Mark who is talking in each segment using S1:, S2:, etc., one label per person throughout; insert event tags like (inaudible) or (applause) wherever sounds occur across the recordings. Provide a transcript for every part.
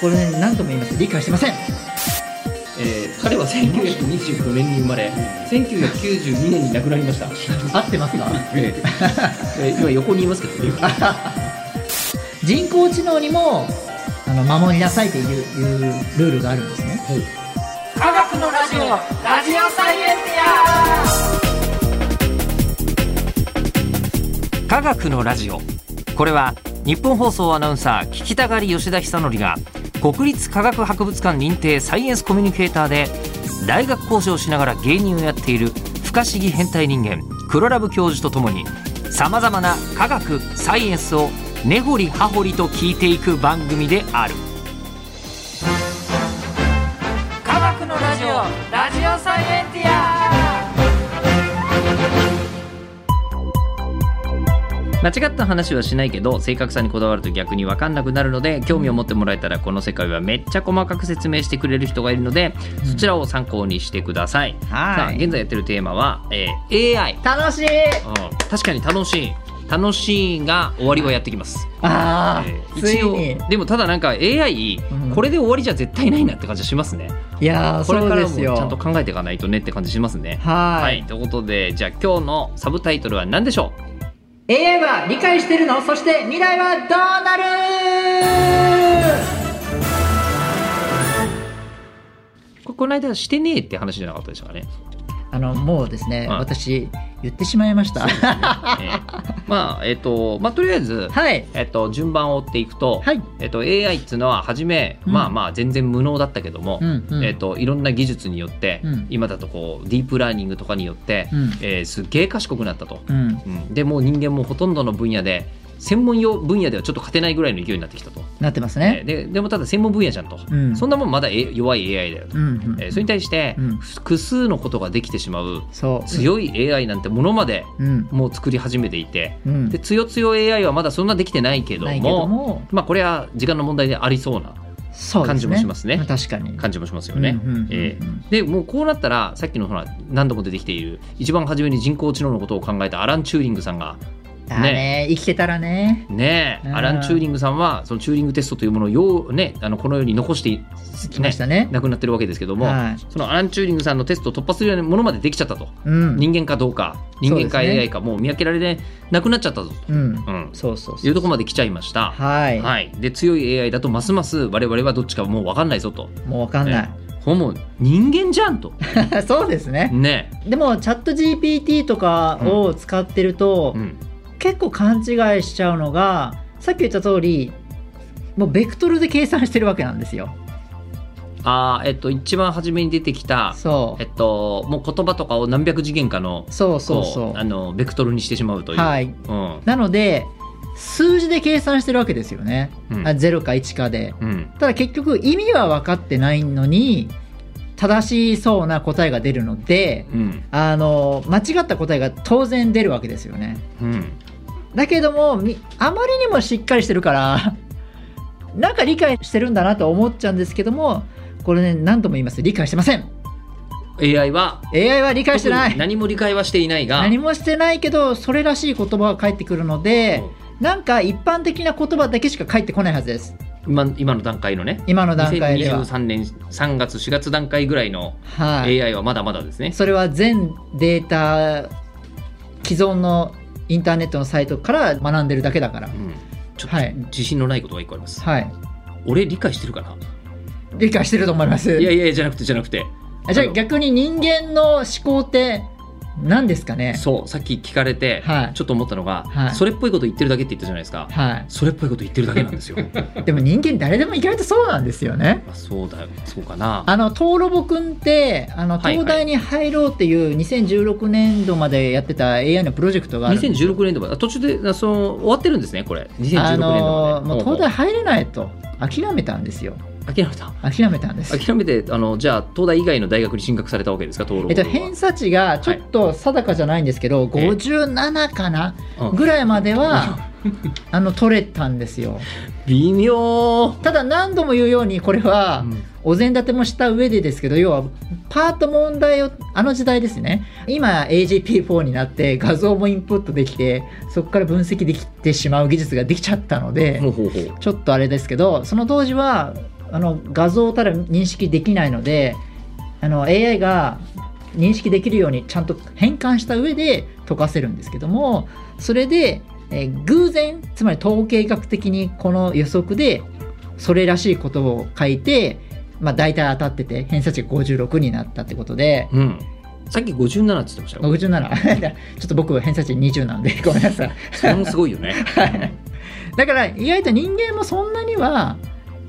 S1: これ、ね、何度も言いますが理解してませ
S2: え
S1: ん
S2: ー彼は1925年に生まれ1992年に亡くなりました、
S1: 合ってますか
S2: えー (laughs) えー今横にいますけどね
S1: 人工知能にもあの守りなさいといういうルールがあるんですね
S3: 科学のラジオラジオサイエンティ (laughs) ア科学のラジオこれは日本放送アナウンサー聞きたがり吉田久典が国立科学博物館認定サイエンスコミュニケーターで大学講師をしながら芸人をやっている不可思議変態人間黒ラブ教授とともにさまざまな科学サイエンスを根掘り葉掘りと聞いていく番組である科学のラジオラジオサイエンティア間違った話はしないけど正確さにこだわると逆に分かんなくなるので興味を持ってもらえたらこの世界はめっちゃ細かく説明してくれる人がいるので、そちらを参考にしてください、さあ現在やってるテーマは、えー AI
S1: 楽しい
S3: うん確かに楽しい楽しいが終わりはやってきます、
S1: ああ、
S3: えー
S1: つい
S3: 一応
S1: に
S3: でもただなんか AI、
S1: うん
S3: これで終わりじゃ絶対ないなって感じしますね
S1: いやー
S3: これ
S1: そ
S3: か
S1: う
S3: ら
S1: で
S3: も
S1: す
S3: ち
S1: よ
S3: ゃんと考えていかないとねって感じしますね
S1: は
S3: はいい、ということでじゃあ今日のサブタイトルは何でしょ
S1: AI は理解してるのそして未来はどうなる
S3: うこれこの間してねえって話じゃなかったでしたかね、
S1: あのもうですね、
S3: うん
S1: 私言ってしまいました
S3: ええ (laughs) まあえっ、とまあとりあえず、
S1: (laughs) はい
S3: えっと順番を追っていくと、
S1: はい
S3: えっと AI っつうのは初め、
S1: うん
S3: まあまあ全然無能だったけども、
S1: うんうん
S3: えっといろんな技術によって、
S1: うん
S3: 今だとこうディープラーニングとかによって、
S1: うん
S3: えーすっげえ賢くなったと、
S1: うん
S3: うんでもう人間もほとんどの分野で専門用分野ではちょっと勝てないぐらいの勢いになってきたと、
S1: なってます
S3: えー
S1: ね、
S3: ででもただ専門分野じゃんと、
S1: うん
S3: そんなもんまだえ弱い AI だよと、
S1: うんうん
S3: えーそれに対して、
S1: うん
S3: 複数のことができてしまう
S1: そう
S3: 強い AI なんてものまで
S1: うん
S3: もう作り始めていて
S1: うん
S3: で強強 AI はまだそんなできてないけども
S1: ないけども
S3: まあこれは時間の問題でありそうな
S1: そうですね
S3: 感じもしますね
S1: あ確かに
S3: 感じもしますよね
S1: うんうんうんうん。
S3: えーでもうこうなったらさっきのほら何度も出てきている一番初めに人工知能のことを考えたアラン・チューリングさんが
S1: だね生きてたらね
S3: ねえ
S1: うん
S3: アラン・チューリングさんはそのチューリングテストというものをよう、ね、あのこの世に残してい
S1: きましたね
S3: 亡くなってるわけですけども、
S1: はい
S3: そのアラン・チューリングさんのテストを突破するようなものまでできちゃったと。
S1: うん
S3: 人間かどうか人間か
S1: そうですね
S3: AI かもう見分けられなくなっちゃったぞと、
S1: うん
S3: うん、
S1: そうそうそう
S3: いうところまで来ちゃいました。
S1: はい、
S3: はい、で強い AI だとますます我々はどっちかもう分かんないぞと。
S1: もうわかんない、
S3: ほぼ人間じゃ
S1: (laughs)
S3: んと。
S1: そうですね
S3: ね。
S1: でもチャット GPT とかを使ってると、
S3: うん、
S1: 結構勘違いしちゃうのがさっき言った通りもうベクトルで計算してるわけなんですよ
S3: あーえっと一番初めに出てきた、
S1: そ
S3: えっと、もう言葉とかを何百次元かの
S1: うそうそう
S3: こ
S1: そう
S3: あのベクトルにしてしまうという。
S1: はい
S3: うん
S1: なので数字で計算してるわけですよね、
S3: うん
S1: あ0か1かで
S3: うん
S1: ただ結局意味は分かってないのに正しそうな答えが出るので
S3: うん
S1: あの間違った答えが当然出るわけですよね
S3: うん
S1: だけどもみあまりにもしっかりしてるから (laughs) なんか理解してるんだなと思っちゃうんですけどもこれね何度も言います理解してません
S3: AI は
S1: AI は理解してな
S3: 特に
S1: い
S3: 何も理解はしていないが
S1: 何もしてないけどそれらしい言葉が返ってくるのでなんか一般的な言葉だけしか返ってこないはずです
S3: 今今の段階のね
S1: 今の段階では、
S3: 2023年3月4月段階ぐらいの
S1: はい、
S3: AI はまだまだですね。
S1: それは全データ既存のインターネットのサイトから学んでるだけだから
S3: うんちょっ
S1: はい
S3: と自信のないことが一個あります。
S1: はい
S3: 俺理解してるかな
S1: 理解してると思います
S3: いやいやいやじゃなくてじゃなくて
S1: あじゃあ
S3: あの
S1: 逆に人間の思考って何ですかね
S3: そうさっき聞かれて
S1: はい
S3: ちょっと思ったのが、
S1: はい
S3: それっぽいこと言ってるだけって言ったじゃないですか。
S1: は
S3: それっぽいこと言ってるだけなんですよ。
S1: いでも人間誰でも意外とそうなんですよね
S3: まあそうだよそうかな。
S1: あの東ロボくんってあの
S3: はいはい
S1: 東大に入ろうっていう2016年度までやってた AI のプロジェクトがあるんです
S3: 2016年度まであ途中であその終わってるんですねこれ2016年度まで、
S1: あのもう東大
S3: 大
S1: 入れないと諦めたんですよ
S3: 諦めた
S1: 諦めたんです
S3: 諦めてあのじゃあ東大以外の大学に進学されたわけですか東労
S1: えっと、
S3: は
S1: 偏差値がちょっと定かじゃないんですけど、57かな
S3: うん
S1: ぐらいまではあの取れたんですよ
S3: 微妙、
S1: ただ何度も言うようにこれはお膳立てもした上でですけど要はパート問題をあの時代ですね今 AGP4 になって画像もインプットできてそこから分析できてしまう技術ができちゃったので
S3: ほうほうほう
S1: ちょっとあれですけどその当時はあの画像たら認識できないのであの AI が認識できるようにちゃんと変換した上で解かせるんですけどもそれで、えー偶然つまり統計学的にこの予測でそれらしいことを書いて、まあ、大体当たってて偏差値が56になったってことで。
S3: うん。さっき57って言ってましたよ。
S1: 67 (laughs) ちょっと僕偏差値20なんでごめんなさい
S3: それもすごいよね。
S1: だから意外と人間もそんなには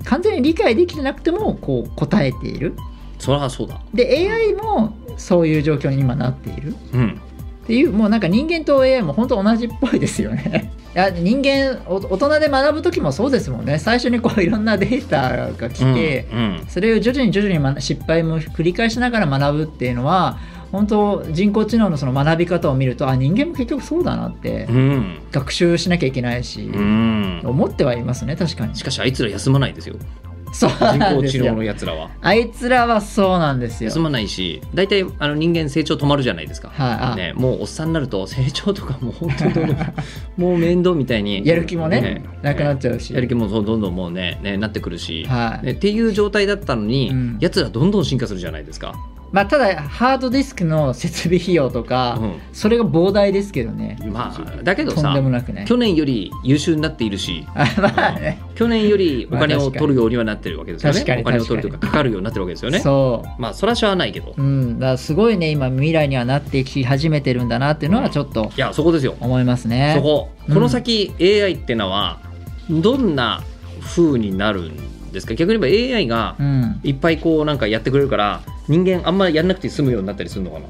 S1: 完全に理解できてなくてもこう答えている
S3: そりゃそうだ。
S1: で AI もそういう状況に今なっている
S3: うん。
S1: っていうもうなんか人間と AI も本当同じっぽいですよね (laughs) いや人間お大人で学ぶ時もそうですもんね最初にこういろんなデータが来て、
S3: うん。
S1: それを徐々に徐々にま失敗も繰り返しながら学ぶっていうのは本当人工知能のその学び方を見るとあ人間も結局そうだなって
S3: うん。
S1: 学習しなきゃいけないし、
S3: うん。
S1: 思ってはいますね確かに
S3: しかしあいつら休まない
S1: (laughs)
S3: ですよ。
S1: そう
S3: 人
S1: なん
S3: 工
S1: です
S3: 知能の
S1: よ
S3: やつらは。
S1: あいつらはそうなんですよ
S3: 休まないし、大体あの人間成長止まるじゃないですか。
S1: はい、あ
S3: ね、もうおっさんになると成長とかもう本当にどうで
S1: (laughs)
S3: ももう面倒みたいに
S1: やる気もねなくなっ
S3: ね
S1: ちゃうし、
S3: やる気もそうどんどんもうねねなってくるし、
S1: はい、
S3: ねっていう状態だったのに、
S1: うん
S3: やつらどんどん進化するじゃないですか、
S1: まあただハードディスクの設備費用とか、
S3: う
S1: それが膨大ですけどね
S3: ん、まあだけど
S1: とん
S3: さ
S1: でもなくね
S3: 去年より優秀になっているし
S1: あまあね
S3: 去年よりお金
S1: まあ確
S3: を
S1: かに
S3: 取るようにはなってるわけですよね
S1: 確かに
S3: お金を取るというかかかるようになってるわけですよね
S1: そ
S3: まあそれはしゃあないけど
S1: ううんだからすごいね今未来にはなってき始めてるんだなっていうのはちょっと
S3: いやそこですよ
S1: 思いますね、
S3: そこ
S1: うん
S3: この先 AI ってのはどんな風になるんですか逆に言えば AI が
S1: うん、
S3: いっぱいこうなんかやってくれるから人間あんまりやんなくて済むようになったりするのかな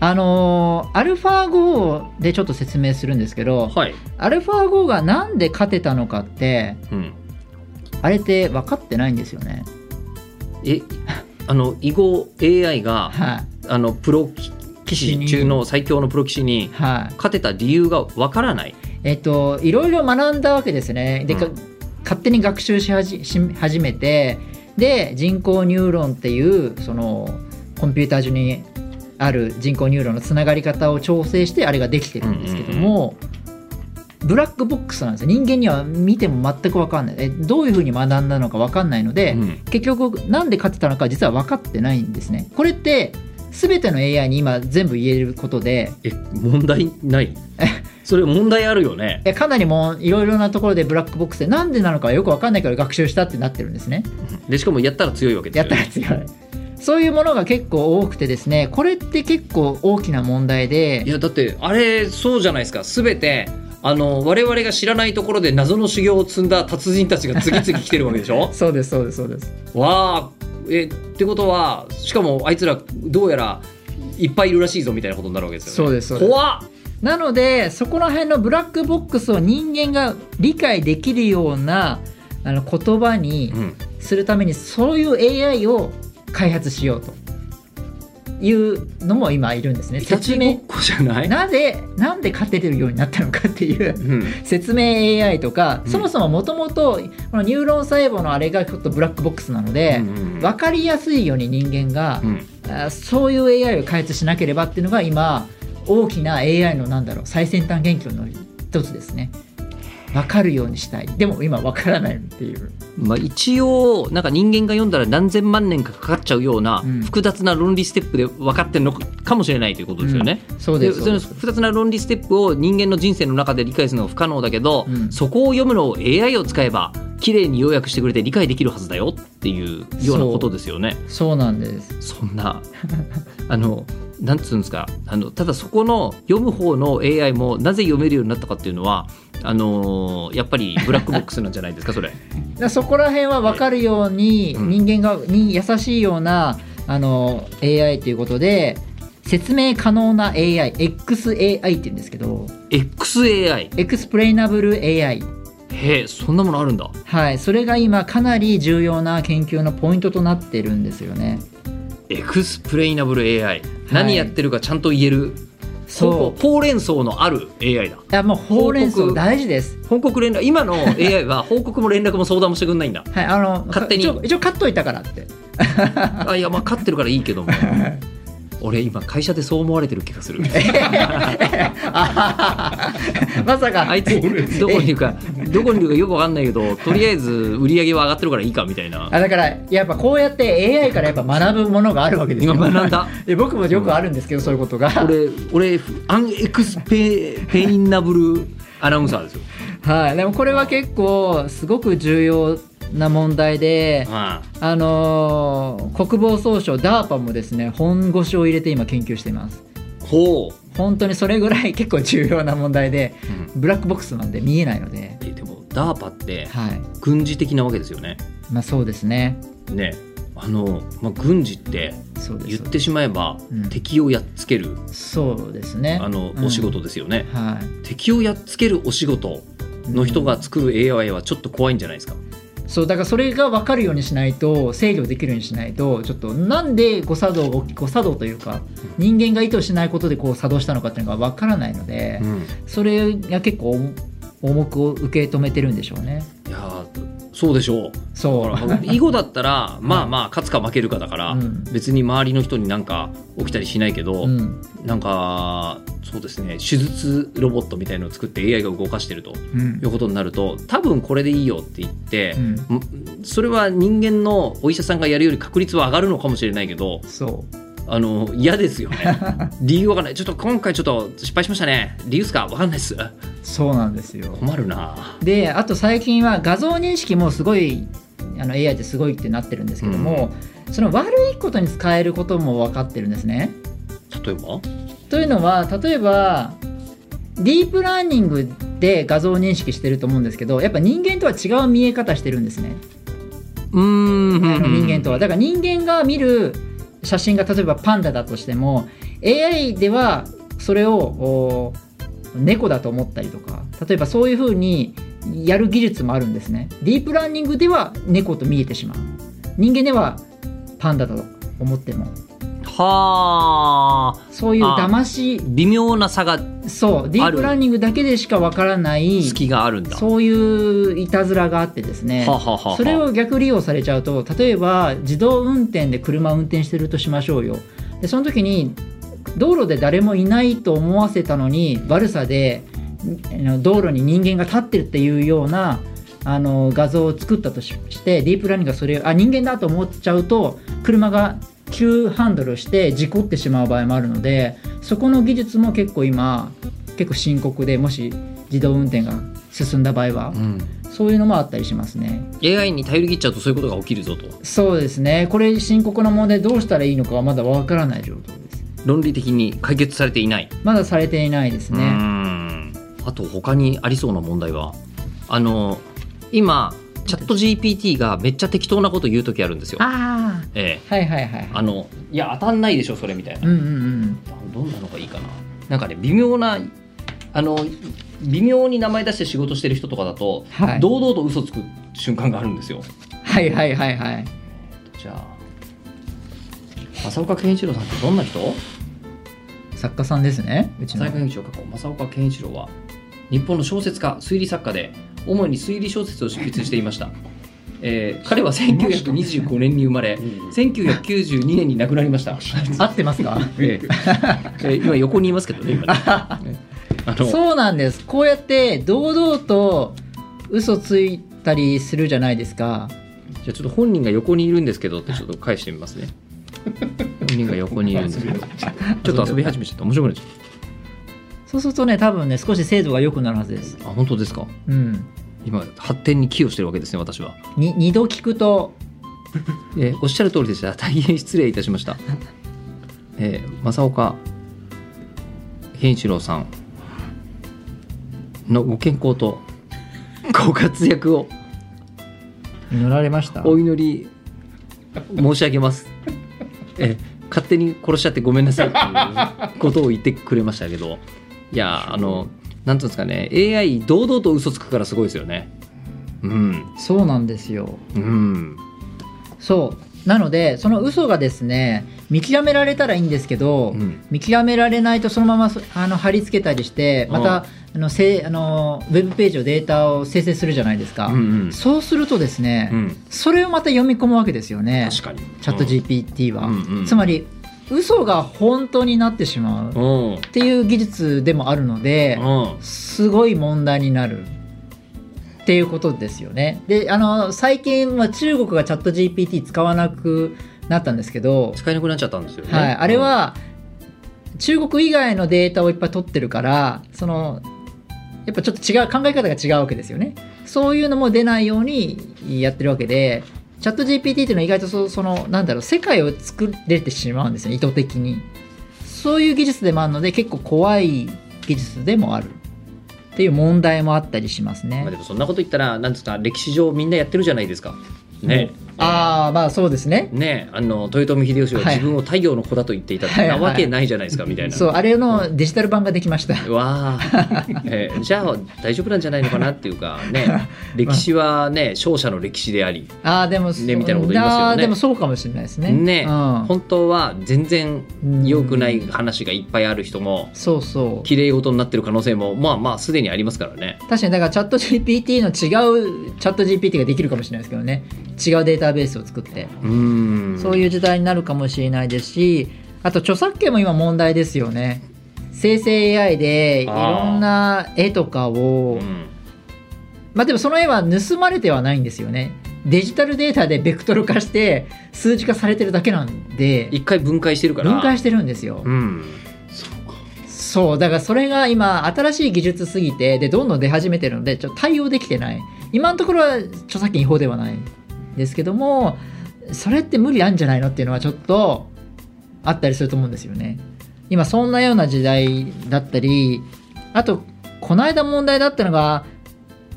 S1: あのーアルファ5でちょっと説明するんですけど
S3: はい、
S1: アルファ5がなんで勝てたのかって
S3: うん、
S1: あれって分かってないんですよね
S3: えあの以後 AI が
S1: はい
S3: あのプロ棋士中の最強のプロ棋士に
S1: はい
S3: 勝てた理由がわからない
S1: えっと、いろいろ学んだわけですね。で、か
S3: うん
S1: 勝手に学習しはじし始めてで人工ニューロンっていうそのコンピューター上にある人工ニューロンのつながり方を調整してあれができてるんですけども、ブラックボックスなんですよ人間には見ても全く分かんないえどういうふうに学んだのか分かんないので、
S3: うん
S1: 結局なんで勝てたのか実は分かってないんですね。これって全ての AI に今全部言えることで
S3: え問題
S1: (laughs)
S3: ないそれ問題あるよね
S1: えかなりもういろいろなところでブラックボックスでなんでなのかよく分かんないから学習したってなってるんですね
S3: でしかもやったら強いわけで
S1: や
S3: すよ、
S1: っ
S3: ね、
S1: たら強いそういうものが結構多くてですねこれって結構大きな問題
S3: い
S1: で
S3: やだってあれそうじゃないですか全てあの我々が知らないところで謎の修行を積んだ達人たちが次々来てるわけでし
S1: (laughs)
S3: ょ
S1: そうですそうですそうです
S3: わあえってことはしかもあいつらどうやらいっぱいいるらしいぞみたいなことになるわけですよね
S1: そうですそうです
S3: 怖っ
S1: なのでそこら辺のブラックボックスを人間が理解できるようなあの言葉に
S3: うん
S1: するためにそういう AI を開発しようというのも今いるんですね
S3: いたち
S1: 説
S3: ごっ
S1: 明
S3: こじゃない
S1: なぜなんで勝ててるようになったのかっていう
S3: うん
S1: 説明 AI とか、
S3: うん
S1: そもそももともとこのニューロン細胞のあれがちょっとブラックボックスなので、
S3: うんうんうん
S1: 分かりやすいように人間が
S3: う、ん
S1: あーそういう AI を開発しなければっていうのが今大きな AI のなんだろう最先端研究の一つですね分かるようにしたいでも今分からないっていう
S3: まあ、一応なんか人間が読んだら何千万年かかかっちゃうような
S1: うん
S3: 複雑な論理ステップで分かってるのかもしれないということですよね。
S1: そう
S3: で
S1: です
S3: そ
S1: そう
S3: の
S1: です
S3: 複雑な論理ステップを人間の人生の中で理解するのは不可能だけど、
S1: うん
S3: そこを読むのを AI を使えば綺麗に要約してくれて理解できるはずだよっていうようなことですよね。
S1: そうなんです
S3: そんな (laughs) あのなんつうんですかあのただそこの読む方の AI もなぜ読めるようになったかっていうのはあのーやっぱりブラックボックスなんじゃないです
S1: (laughs)
S3: かそれ。
S1: だからそこら辺は分かるように
S3: うん
S1: 人間がに優しいようなあの AI ということで説明可能な AIXAI って言うんですけど
S3: XAI
S1: エクスプレイナブル AI
S3: へえそんなものあるんだ
S1: はいそれが今かなり重要な研究のポイントとなってるんですよね
S3: エクスプレイナブル AI、何やってるかちゃんと言えるほ
S1: そう
S3: うほうれん草のある AI
S1: い
S3: だ
S1: やもうほうれん草
S3: 報告
S1: 大事です
S3: 報告連絡今の AI は報告も連絡も相談もしてくんないんだ
S1: はいあの
S3: 勝手に (laughs)
S1: 一応一応買っといたからって
S3: あいやまあ勝ってるからいいけども俺今会社でそう思われてる気がする
S1: まさか
S3: あいつどこにいるかどこにいるかよくわかんないけどとりあえず売り上げは上がってるからいいかみたいな
S1: あだからやっぱこうやって AI からやっぱ学ぶものがあるわけですよ
S3: 今学
S1: (laughs)
S3: んだ
S1: で僕もよくあるんですけど、そういうことが
S3: 俺俺アンエクスペペインナブルアナウンサーですよ、
S1: はい、でもこれは結構すごく重要な問題で、
S3: は
S1: あのー国防総省 DARPA もですね本腰を入れて今研究しています
S3: いほう
S1: 本当にそれぐらい結構重要な問題でブラックボックスなんで見えないので
S3: えでも DARPA って
S1: はい
S3: 軍事的なわけですよね
S1: まあそうですね
S3: ねあの、まあ、軍事って
S1: そうで
S3: 言っ
S1: す
S3: てしまえば
S1: うん
S3: 敵をやっつける、
S1: そうですね
S3: あの
S1: うん
S3: お仕事ですよね、
S1: は
S3: 敵をやっつけるお仕事
S1: い
S3: の人
S1: う
S3: が
S1: ん
S3: 作る AI はちょっと怖いんじゃないですか、
S1: そうだからそれが分かるようにしないと制御できるようにしないとちょっとなんで誤作動が誤作動というか人間が意図しないことでこう作動したのかっていうのが分からないので、それが結構重重く受け止めてるんでしょうね。
S3: いやーそうでしょう
S1: そう。
S3: 囲碁だっ
S1: (laughs)
S3: たらまあまあ勝つか負けるかだから、
S1: うん
S3: 別に周りの人になんか起きたりしないけど、
S1: うん
S3: なんかそうですね手術ロボットみたいのを作って AI が動かしてると
S1: うん
S3: いうことになると多分これでいいよって言って
S1: う、ん
S3: んそれは人間のお医者さんがやるより確率は上がるのかもしれないけど
S1: そう
S3: あの嫌ですよね理由わかんないちょっと今回ちょっと失敗しましたね理由っすかわかんないっす
S1: そうなんですよ。
S3: 困るな
S1: であと最近は画像認識もすごいあの AI ってすごいってなってるんですけども、その悪いことに使えることも分かってるんですね。
S3: 例えば
S1: というのは例えばディープラーニングで画像認識してると思うんですけどやっぱ人間とは違う見え方してるんですね。
S3: うーん
S1: あの人間とは。だから人間が見る写真が例えばパンダだとしても AI ではそれをお猫だと思ったりとか例えばそういうふうにやる技術もあるんですね。ディープラーニングでは猫と見えてしまう人間ではパンダだと思っても
S3: はあ
S1: そういう騙し
S3: 微妙な差が
S1: そうディープラーニングだけでしかわからない
S3: 隙があるんだ。
S1: そういういたずらがあってですね。
S3: はあはあはあはあ
S1: それを逆利用されちゃうと例えば自動運転で車を運転してるとしましょうよでその時に道路で誰もいないと思わせたのに悪さであの道路に人間が立ってるっていうようなあの画像を作ったとししてディープラーニングがそれをあ人間だと思っちゃうと車が急ハンドルして事故ってしまう場合もあるのでそこの技術も結構今結構深刻でもし自動運転が進んだ場合は
S3: うん
S1: そういうのもあったりしますね。
S3: AI に頼り切っちゃうとそういうことが起きるぞと
S1: そうですね。これ深刻な問題どうしたらいいのかはまだわからない状況です。
S3: 論理的に解決されていない。
S1: まだされていないです
S3: うー
S1: ね。
S3: んあと他にありそうな問題はあの今チャット GPT がめっちゃ適当なこと言う時あるんですよ。
S1: あ
S3: ええ、
S1: あ、はいはいはい。
S3: あのいや当たんないでしょそれみたい
S1: うん
S3: な、
S1: うんうん。
S3: どんなのがいいかななんかね微妙なあの微妙に名前出して仕事してる人とかだと、
S1: はい
S3: 堂々と嘘つく瞬間があるんですよ
S1: はいはいはいはい。
S3: じゃあ正岡健一郎さんってどんな人
S1: 作家さんですね。うちの
S3: 財。務委員長過去正岡健一郎は日本の小説家推理作家で主に推理小説を執筆してい
S1: (laughs)
S3: ました、えー彼は1925年に生まれ1992年に亡くなりました、
S1: 合ってます
S3: (laughs)
S1: か
S3: えーえー今横にいますけどね今
S1: (laughs)
S3: ねあの
S1: そうなんです。こうやって堂々と嘘ついたりするじゃないですか。
S3: じゃあちょっと本人が横にいるんですけどってちょっと返してみま
S1: (laughs)
S3: すね。本人が横にいるんですけど、ちょっと遊び始めちゃった。面白くなっちゃっ
S1: そうするとね、多分ね、少し精度が良くなるはずです。
S3: た。あ、本当ですか。
S1: うん。
S3: 今発展に寄与してるわけですね、私は。
S1: に二度聞くと、
S3: えーおっしゃる通りでした。大変失礼いたしました。えー、正岡健一郎さんのご健康とご活躍を
S1: 乗られました。
S3: お祈り申し上げます。え勝手に殺しちゃってごめんなさいっていうことを言ってくれましたけどいやあのなんていうんですかね AI 堂々と嘘つくからすごいですよね。うん
S1: そうなんですよ。
S3: うん
S1: そうなのでその嘘がですね見極められたらいいんですけど、
S3: うん
S1: 見極められないとそのままそあの貼り付けたりしてまた、あのせあのウェブページのデータを生成するじゃないですか、
S3: うんうん
S1: そうするとですね、
S3: うん
S1: それをまた読み込むわけですよね
S3: 確かに
S1: チャット GPT は、
S3: うんうん
S1: つまり嘘が本当になってしまうっ
S3: うん
S1: ていう技術でもあるので、
S3: うん
S1: すごい問題になるっていうことですよね。であの最近は中国がチャット GPT 使わなくなったんですけど、
S3: 使えなくなっちゃったんですよね、
S1: はい、あれは中国以外のデータをいっぱい取ってるからそのやっぱちょっと違う考え方が違うわけですよね。そういうのも出ないようにやってるわけで。チャット GPT っていうのは意外とそそのなんだろう世界を作れてしまうんですよ意図的にそういう技術でもあるので結構怖い技術でもあるっていう問題もあったりします
S3: まあ、で
S1: ね
S3: もそんなこと言ったらなんですか歴史上みんなやってるじゃないですかね
S1: ああまあそうですね
S3: ねあの豊臣秀吉が
S1: はい
S3: 自分を太陽の子だと言っていたっ
S1: はい
S3: て
S1: は
S3: ないわけないじゃないですかみたいな。
S1: そうあれのデジタル版ができました
S3: わあ、えーじゃあ大丈夫なんじゃないのかなっていうか
S1: (laughs)
S3: ね歴史はね勝者の歴史であり
S1: ああでも
S3: ねみたいなこと言いますよね
S1: あーでもそうかもしれないですね
S3: ね、
S1: うん
S3: 本当は全然
S1: うん
S3: 良くない話がいっぱいある人も
S1: そうそう
S3: 綺麗事になってる可能性もまあまあすでにありますからね。
S1: 確かにだからチャット GPT の違うチャット GPT ができるかもしれないですけどね違うデータベースを作って
S3: うーん
S1: そういう時代になるかもしれないですしあと著作権も今問題ですよね生成 AI でいろんな絵とかを
S3: うん
S1: まあでもその絵は盗まれてはないんですよねデジタルデータでベクトル化して数値化されてるだけなんで
S3: 一回分解してるから
S1: 分解してるんですよ、
S3: うん
S1: そうだからそれが今新しい技術すぎてでどんどん出始めてるのでちょっと対応できてない今のところは著作権違法ではないですけどもそれって無理あんじゃないのっていうのはちょっとあったりすると思うんですよね今そんなような時代だったりあとこの間問題だったのが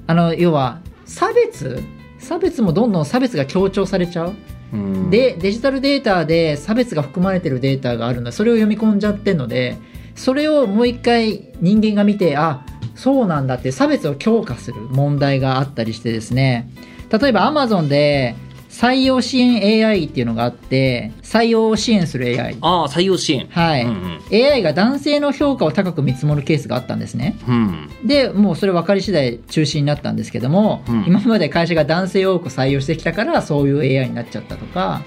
S1: あの要は差別差別もどんどん差別が強調されちゃう
S3: うん
S1: でデジタルデータで差別が含まれてるデータがあるのでそれを読み込んじゃってるのでそれをもう一回人間が見てあそうなんだって差別を強化する問題があったりしてですね例えば Amazon で採用支援 AI っていうのがあって採用を支援する AI
S3: ああ採用支援
S1: はい、
S3: うん
S1: AI が男性の評価を高く見積もるケースがあったんですね
S3: うん
S1: でもうそれ分かり次第中止になったんですけども、
S3: うん
S1: 今まで会社が男性を多く採用してきたからそういう AI になっちゃったとか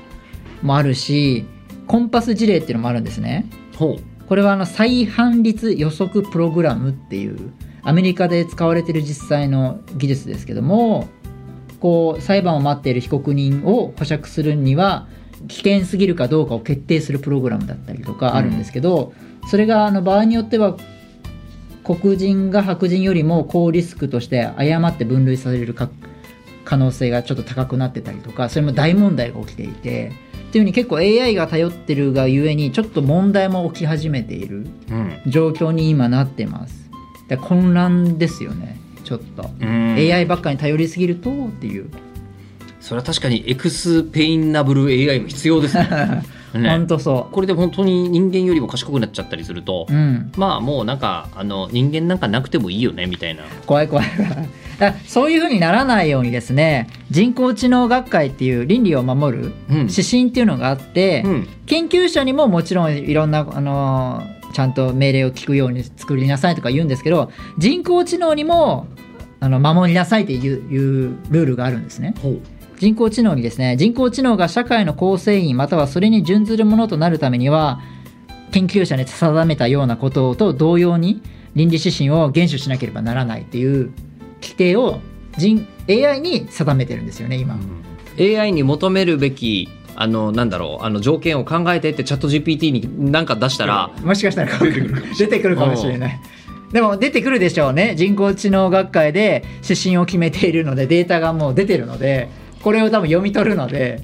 S1: もあるしコンパス事例っていうのもあるんですね
S3: ほ
S1: これはあの再犯率予測プログラムっていうアメリカで使われてる実際の技術ですけどもこう裁判を待っている被告人を保釈するには危険すぎるかどうかを決定するプログラムだったりとかあるんですけど、それがあの場合によっては黒人が白人よりも高リスクとして誤って分類されるか可能性がちょっと高くなってたりとかそれも大問題が起きていてっていうふうに結構 AI が頼ってるがゆえにちょっと問題も起き始めている
S3: ううん、
S1: 状況に今なってますだから混乱ですよねちょっと、
S3: うん
S1: AI ばっかに頼りすぎるとっていう、
S3: それは確かにエクスペインナブル AI も必要ですね
S1: (laughs) ほん
S3: ね
S1: とそ
S3: これで本当に人間よりも賢くなっちゃったりすると、
S1: ううん
S3: まあもうなんかあの人間なんかなくてもいいよねみたいな
S1: 怖い怖い (laughs) だからそういうふうにならないようにですね人工知能学会っていう倫理を守る
S3: うん
S1: 指針っていうのがあって、
S3: うん
S1: 研究者にももちろんいろんな、あのーちゃんと命令を聞くように作りなさいとか言うんですけど人工知能にもあの守りなさいっていういうルールがあるんですね
S3: ほう
S1: 人工知能にですね人工知能が社会の構成員またはそれに準ずるものとなるためには研究者に定めたようなことと同様に倫理指針を厳守しなければならないっていう規定を人 AI に定めてるんですよね今。
S3: AI に求めるべきあのなんだろうあの条件を考えてってチャット GPT に何か出したら
S1: もしかしたら出てくる出てくるかもしれない。でも出てくるでしょうね人工知能学会で指針を決めているのでデータがもう出てるのでこれを多分読み取るので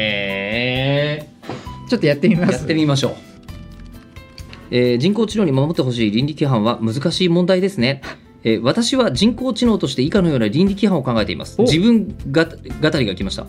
S3: へ
S1: ちょっとやってみま
S3: え
S1: す
S3: やってみましょう、えー人工知能に守ってほしい倫理規範は難しい問題ですねえー私は人工知能として以下のような倫理規範を考えています
S1: お
S3: 自分が語りが来ました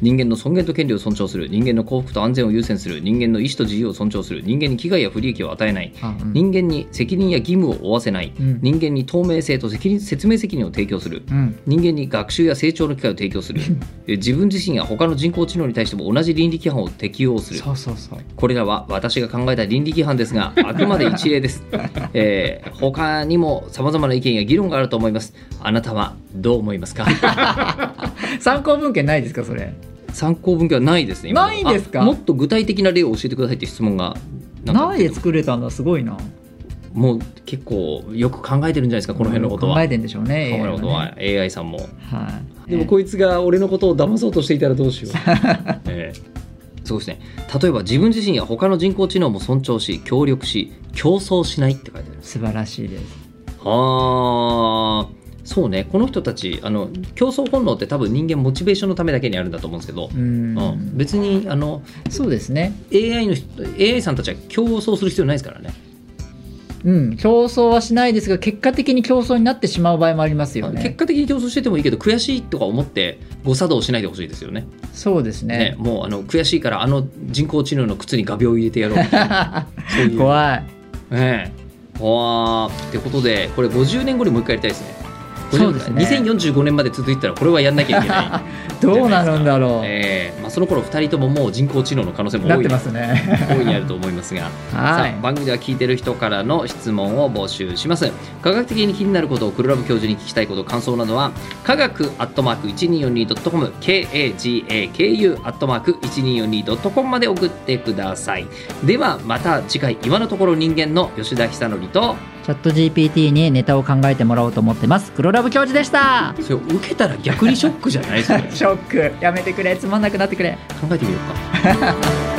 S3: 人間の尊厳と権利を尊重する人間の幸福と安全を優先する人間の意思と自由を尊重する人間に危害や不利益を与えない
S1: あうん
S3: 人間に責任や義務を負わせない、
S1: うん
S3: 人間に透明性と責任説明責任を提供する
S1: うん
S3: 人間に学習や成長の機会を提供するえ自分自身や他の人工知能に対しても同じ倫理規範を適用する
S1: そうそうそう
S3: これらは私が考えた倫理規範で
S1: (laughs)
S3: すがあくまで一例です、えー他にもさまざまな意見や議論がある
S1: (laughs)
S3: と思いますあなたはどう思いますか
S1: 参考文献ないですかそれ
S3: 参考文献はないですね今の
S1: ないんですか
S3: あもっと具体的な例を教えてくださいって質問がんか
S1: ないで作れたんだすごいな
S3: もう結構よく考えてるんじゃないですかこの辺のことは
S1: 考えてんでしょうね
S3: この辺のこと
S1: AI は
S3: は AI さんも
S1: はい
S3: でもこいつが俺のことを騙そうとしていたらどうし
S1: (laughs)
S3: よう。ええそうですね。例えば自分自身や他の人工知能も尊重し、協力し、競争しないって書いてある。
S1: 素晴らしいです
S3: ああ、そうね。この人たち、あの競争本能って多分人間モチベーションのためだけにあるんだと思うんですけど、
S1: う
S3: うんん、別にあの
S1: そうですね
S3: AI の人 AI さんたちは競争する必要ないですからね。
S1: うん競争はしないですが結果的に競争になってしまう場合もありますよ
S3: 結
S1: ね
S3: 果的に競争しててもいいけど悔しいとか思って誤作動しないでほしいですよね。
S1: そうです
S3: ね
S1: (laughs) ね
S3: もうあの悔しいからあの人工知能の靴に画鋲を入れてやろうみ
S1: (laughs)
S3: たいなそういう
S1: 怖い
S3: ええわあってことでこれ50年後にもう一回やりたいですね
S1: そうですね
S3: 2045年まで続いてたらこれはやんなきゃいけな
S1: (laughs) どうなるんだろ
S3: い、ええまあ、その頃二人とももう人工知能の可能性
S1: う
S3: も
S1: なっ
S3: 大い
S1: て
S3: に
S1: ますね
S3: 大いにあると思いますが、
S1: (laughs) は
S3: さあ
S1: い
S3: 番組では聞いてる人からの質問を募集します科学的に気になることをクルラブ教授に聞きたいこと感想などは科学アットマーク 1242.com KAGAKU アットマーク 1242.com まで送ってくださいではまた次回今のところ人間の吉田久典と
S1: チャット GPT にネタを考えてもらおうと思ってます黒ラブ教授でした
S3: それ受けたら (laughs) 逆にショックじゃないそれ考
S1: ョックやめてくれつまんなくなってくれ
S3: えてみようか